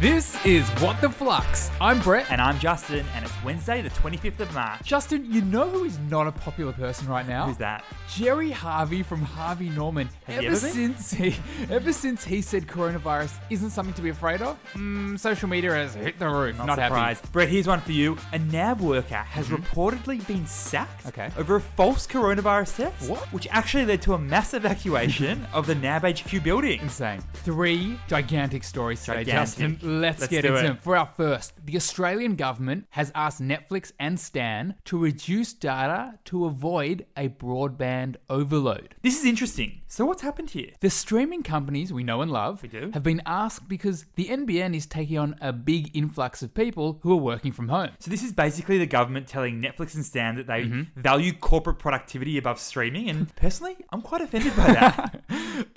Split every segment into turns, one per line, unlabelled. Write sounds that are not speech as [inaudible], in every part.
This is What the Flux. I'm Brett.
And I'm Justin, and it's Wednesday, the 25th of March.
Justin, you know who is not a popular person right now?
Who's that?
Jerry Harvey from Harvey Norman.
Has he
ever
ever been?
since he, ever since he said coronavirus isn't something to be afraid of, mm, social media has hit the roof.
Not,
Not, happy. Mm-hmm.
surprised. Brett, here's one for you. A NAB worker has reportedly been sacked
Okay.
over a false coronavirus test,
What?
which actually led to a mass
[laughs]
evacuation of the NAB HQ building.
Insane. Three gigantic stories today,
Gigantic.
Justin. Let's,
Let's
get
do
into
it.
them. For our first, the Australian government has asked Netflix and Stan to reduce data to avoid a broadband overload.
This is interesting. So, what's happened here?
The streaming companies we know and love
We do.
have been asked because the NBN is taking on a big influx of people who are working from home.
So this is basically the government telling Netflix and Stan that they
Mm-hmm.
value corporate productivity above streaming, and personally, I'm quite offended by that.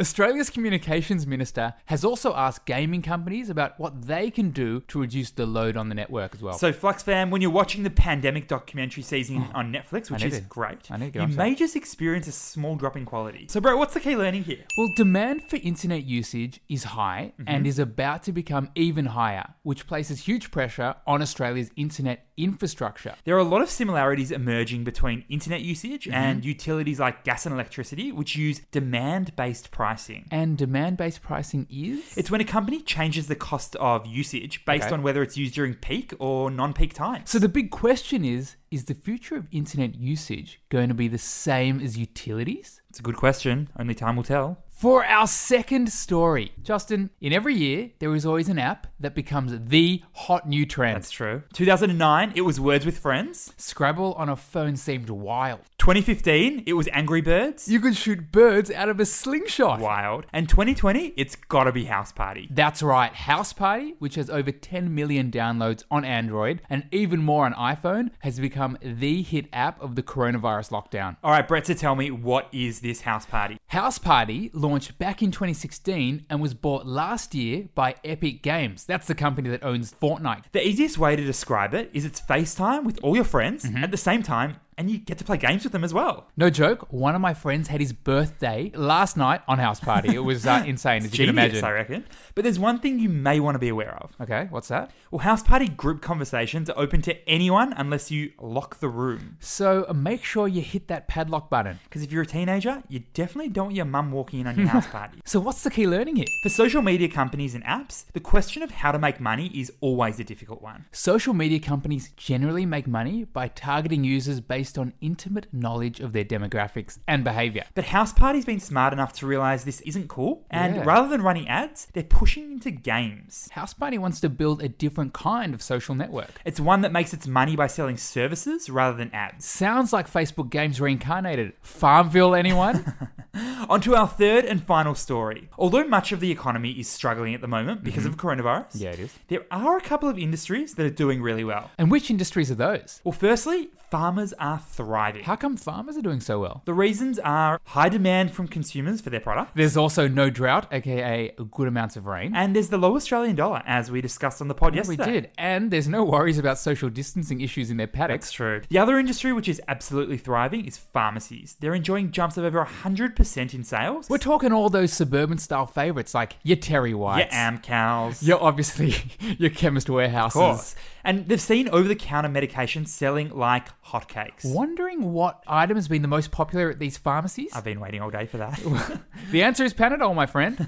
Australia's communications minister has also asked gaming companies about what they can do to reduce the load on the network as well.
so Flux fam, when you're watching the pandemic documentary season [gasps] on Netflix, which
need
is
to-
great,
I need to get
you
onto
may just experience a small drop in quality. So bro, what's the key learning here?
well, demand for internet usage is high and
Mm-hmm.
is about to become even higher, which places huge pressure on Australia's internet infrastructure.
There are a lot of similarities emerging between internet usage and utilities like gas and electricity, which use demand-based pricing.
And demand based pricing is?
It's when a company changes the cost of usage based
Okay.
on whether it's used during peak or non-peak times.
So the big question is is the future of internet usage going to be the same as utilities?
It's a good question. Only time will tell.
For our second story, Justin, in every year there is always an app that becomes the hot new trend.
That's true. 2009, it was Words with Friends.
Scrabble on a phone seemed wild.
2015, it was Angry Birds.
You could shoot birds out of a slingshot.
Wild. And 2020, it's gotta be House Party.
That's right, House Party, which has over 10 million downloads on Android and even more on iPhone, has become the hit app of the coronavirus lockdown.
All right, Brett, so tell me, what is this House Party?
House Party launched back in 2016 and was bought last year by Epic Games. That's the company that owns Fortnite.
The easiest way to describe it is it's FaceTime with all your friends
Mm-hmm.
at the same time, and you get to play games with them as well.
No joke, one of my friends had his birthday last night on House Party. It was
[laughs]
uh, insane, as you can
Genius,
imagine.
I reckon. But there's one thing you may want to be aware of.
Okay, what's that?
Well, House Party group conversations are open to anyone unless you lock the room.
So uh, make sure you hit that padlock button.
Because if you're a teenager, you definitely don't want your mum walking in on your house
[laughs]
party.
So, what's the key learning here?
For social media companies and apps, the question of how to make money is always a difficult one.
Social media companies generally make money by targeting users based on intimate knowledge of their demographics and behavior.
But House Party's been smart enough to realize this isn't cool, and
Yeah.
rather than running ads, they're pushing into games.
House Party wants to build a different kind of social network.
It's one that makes its money by selling services rather than ads.
Sounds like Facebook Games reincarnated. Farmville, anyone?
[laughs] On to our third and final story. Although much of the economy is struggling at the moment because
Mm-hmm.
of coronavirus,
it is.
there are a couple of industries that are doing really well.
And which industries are those?
Well, firstly, farmers are thriving.
How come farmers are doing so well?
The reasons are high demand from consumers for their product,
There's also no drought, aka good amounts of rain.
and there's the low Australian dollar, as we discussed on the pod
we
yesterday.
did. And there's no worries about social distancing issues in their
That's
paddocks.
true. The other industry which is absolutely thriving is pharmacies. They're enjoying jumps of over 100% in sales.
We're talking all those suburban style favorites like your Terry
your
Whites.
AmCals.
Your obviously [laughs] your chemist
Of
warehouses.
course. And they've seen over the counter medications selling like hotcakes.
Wondering what item has been the most popular at these pharmacies?
I've been waiting all day for that. [laughs]
The answer is Panadol, my friend.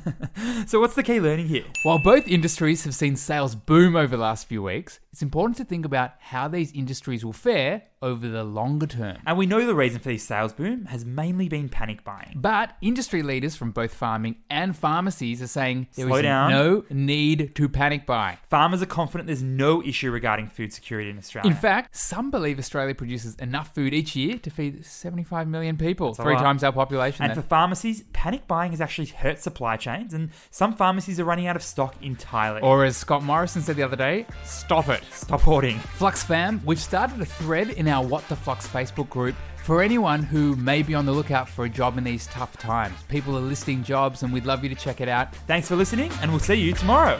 so, what's the key learning here?
While both industries have seen sales boom over the last few weeks, it's important to think about how these industries will fare over the longer term.
And we know the reason for this sales boom has mainly been panic buying.
But industry leaders from both farming and pharmacies are saying there is
Slow down.
no need to panic buy.
Farmers are confident there's no issue regarding food security in Australia.
In fact, some believe Australia produces enough food each year to feed 75 million people,
a
three
lot.
times our population.
and
then.
for pharmacies, panic buying has actually hurt supply chains, and some pharmacies are running out of stock entirely.
or as Scott Morrison said the other day, Oh, stop it.
Stop hoarding.
Flux fam, we've started a thread in our What the Flux Facebook group for anyone who may be on the lookout for a job in these tough times. People are listing jobs and we'd love you to check it out.
Thanks for listening, and we'll see you tomorrow.